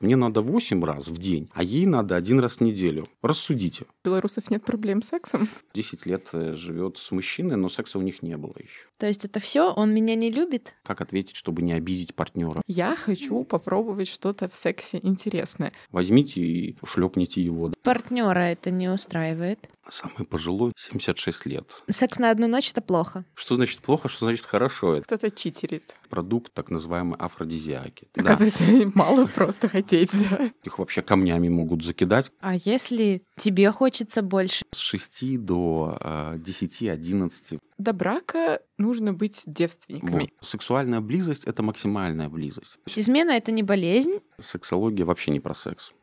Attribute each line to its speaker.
Speaker 1: Мне надо 8 раз в день, а ей надо один раз в неделю. Рассудите.
Speaker 2: У белорусов нет проблем с сексом?
Speaker 1: 10 лет э, живет с мужчиной, но секса у них не было еще.
Speaker 3: То есть это все? Он меня не любит?
Speaker 1: Как ответить, чтобы не обидеть партнера?
Speaker 2: Я хочу попробовать что-то в сексе интересное.
Speaker 1: Возьмите и шлепните его.
Speaker 3: Партнера это не устраивает.
Speaker 1: Самый пожилой 76 лет.
Speaker 3: Секс на одну ночь это плохо.
Speaker 1: Что значит плохо, что значит хорошо? Это
Speaker 2: Кто-то читерит.
Speaker 1: продукт так называемой афродизиаки. Да.
Speaker 2: Оказывается, мало просто хотеть, да.
Speaker 1: Их вообще камнями могут закидать.
Speaker 3: А если тебе хочется больше?
Speaker 1: С 6 до э, 10-11.
Speaker 2: До брака нужно быть девственниками.
Speaker 1: Вот. Сексуальная близость — это максимальная близость.
Speaker 3: Измена это не болезнь?
Speaker 1: Сексология вообще не про секс.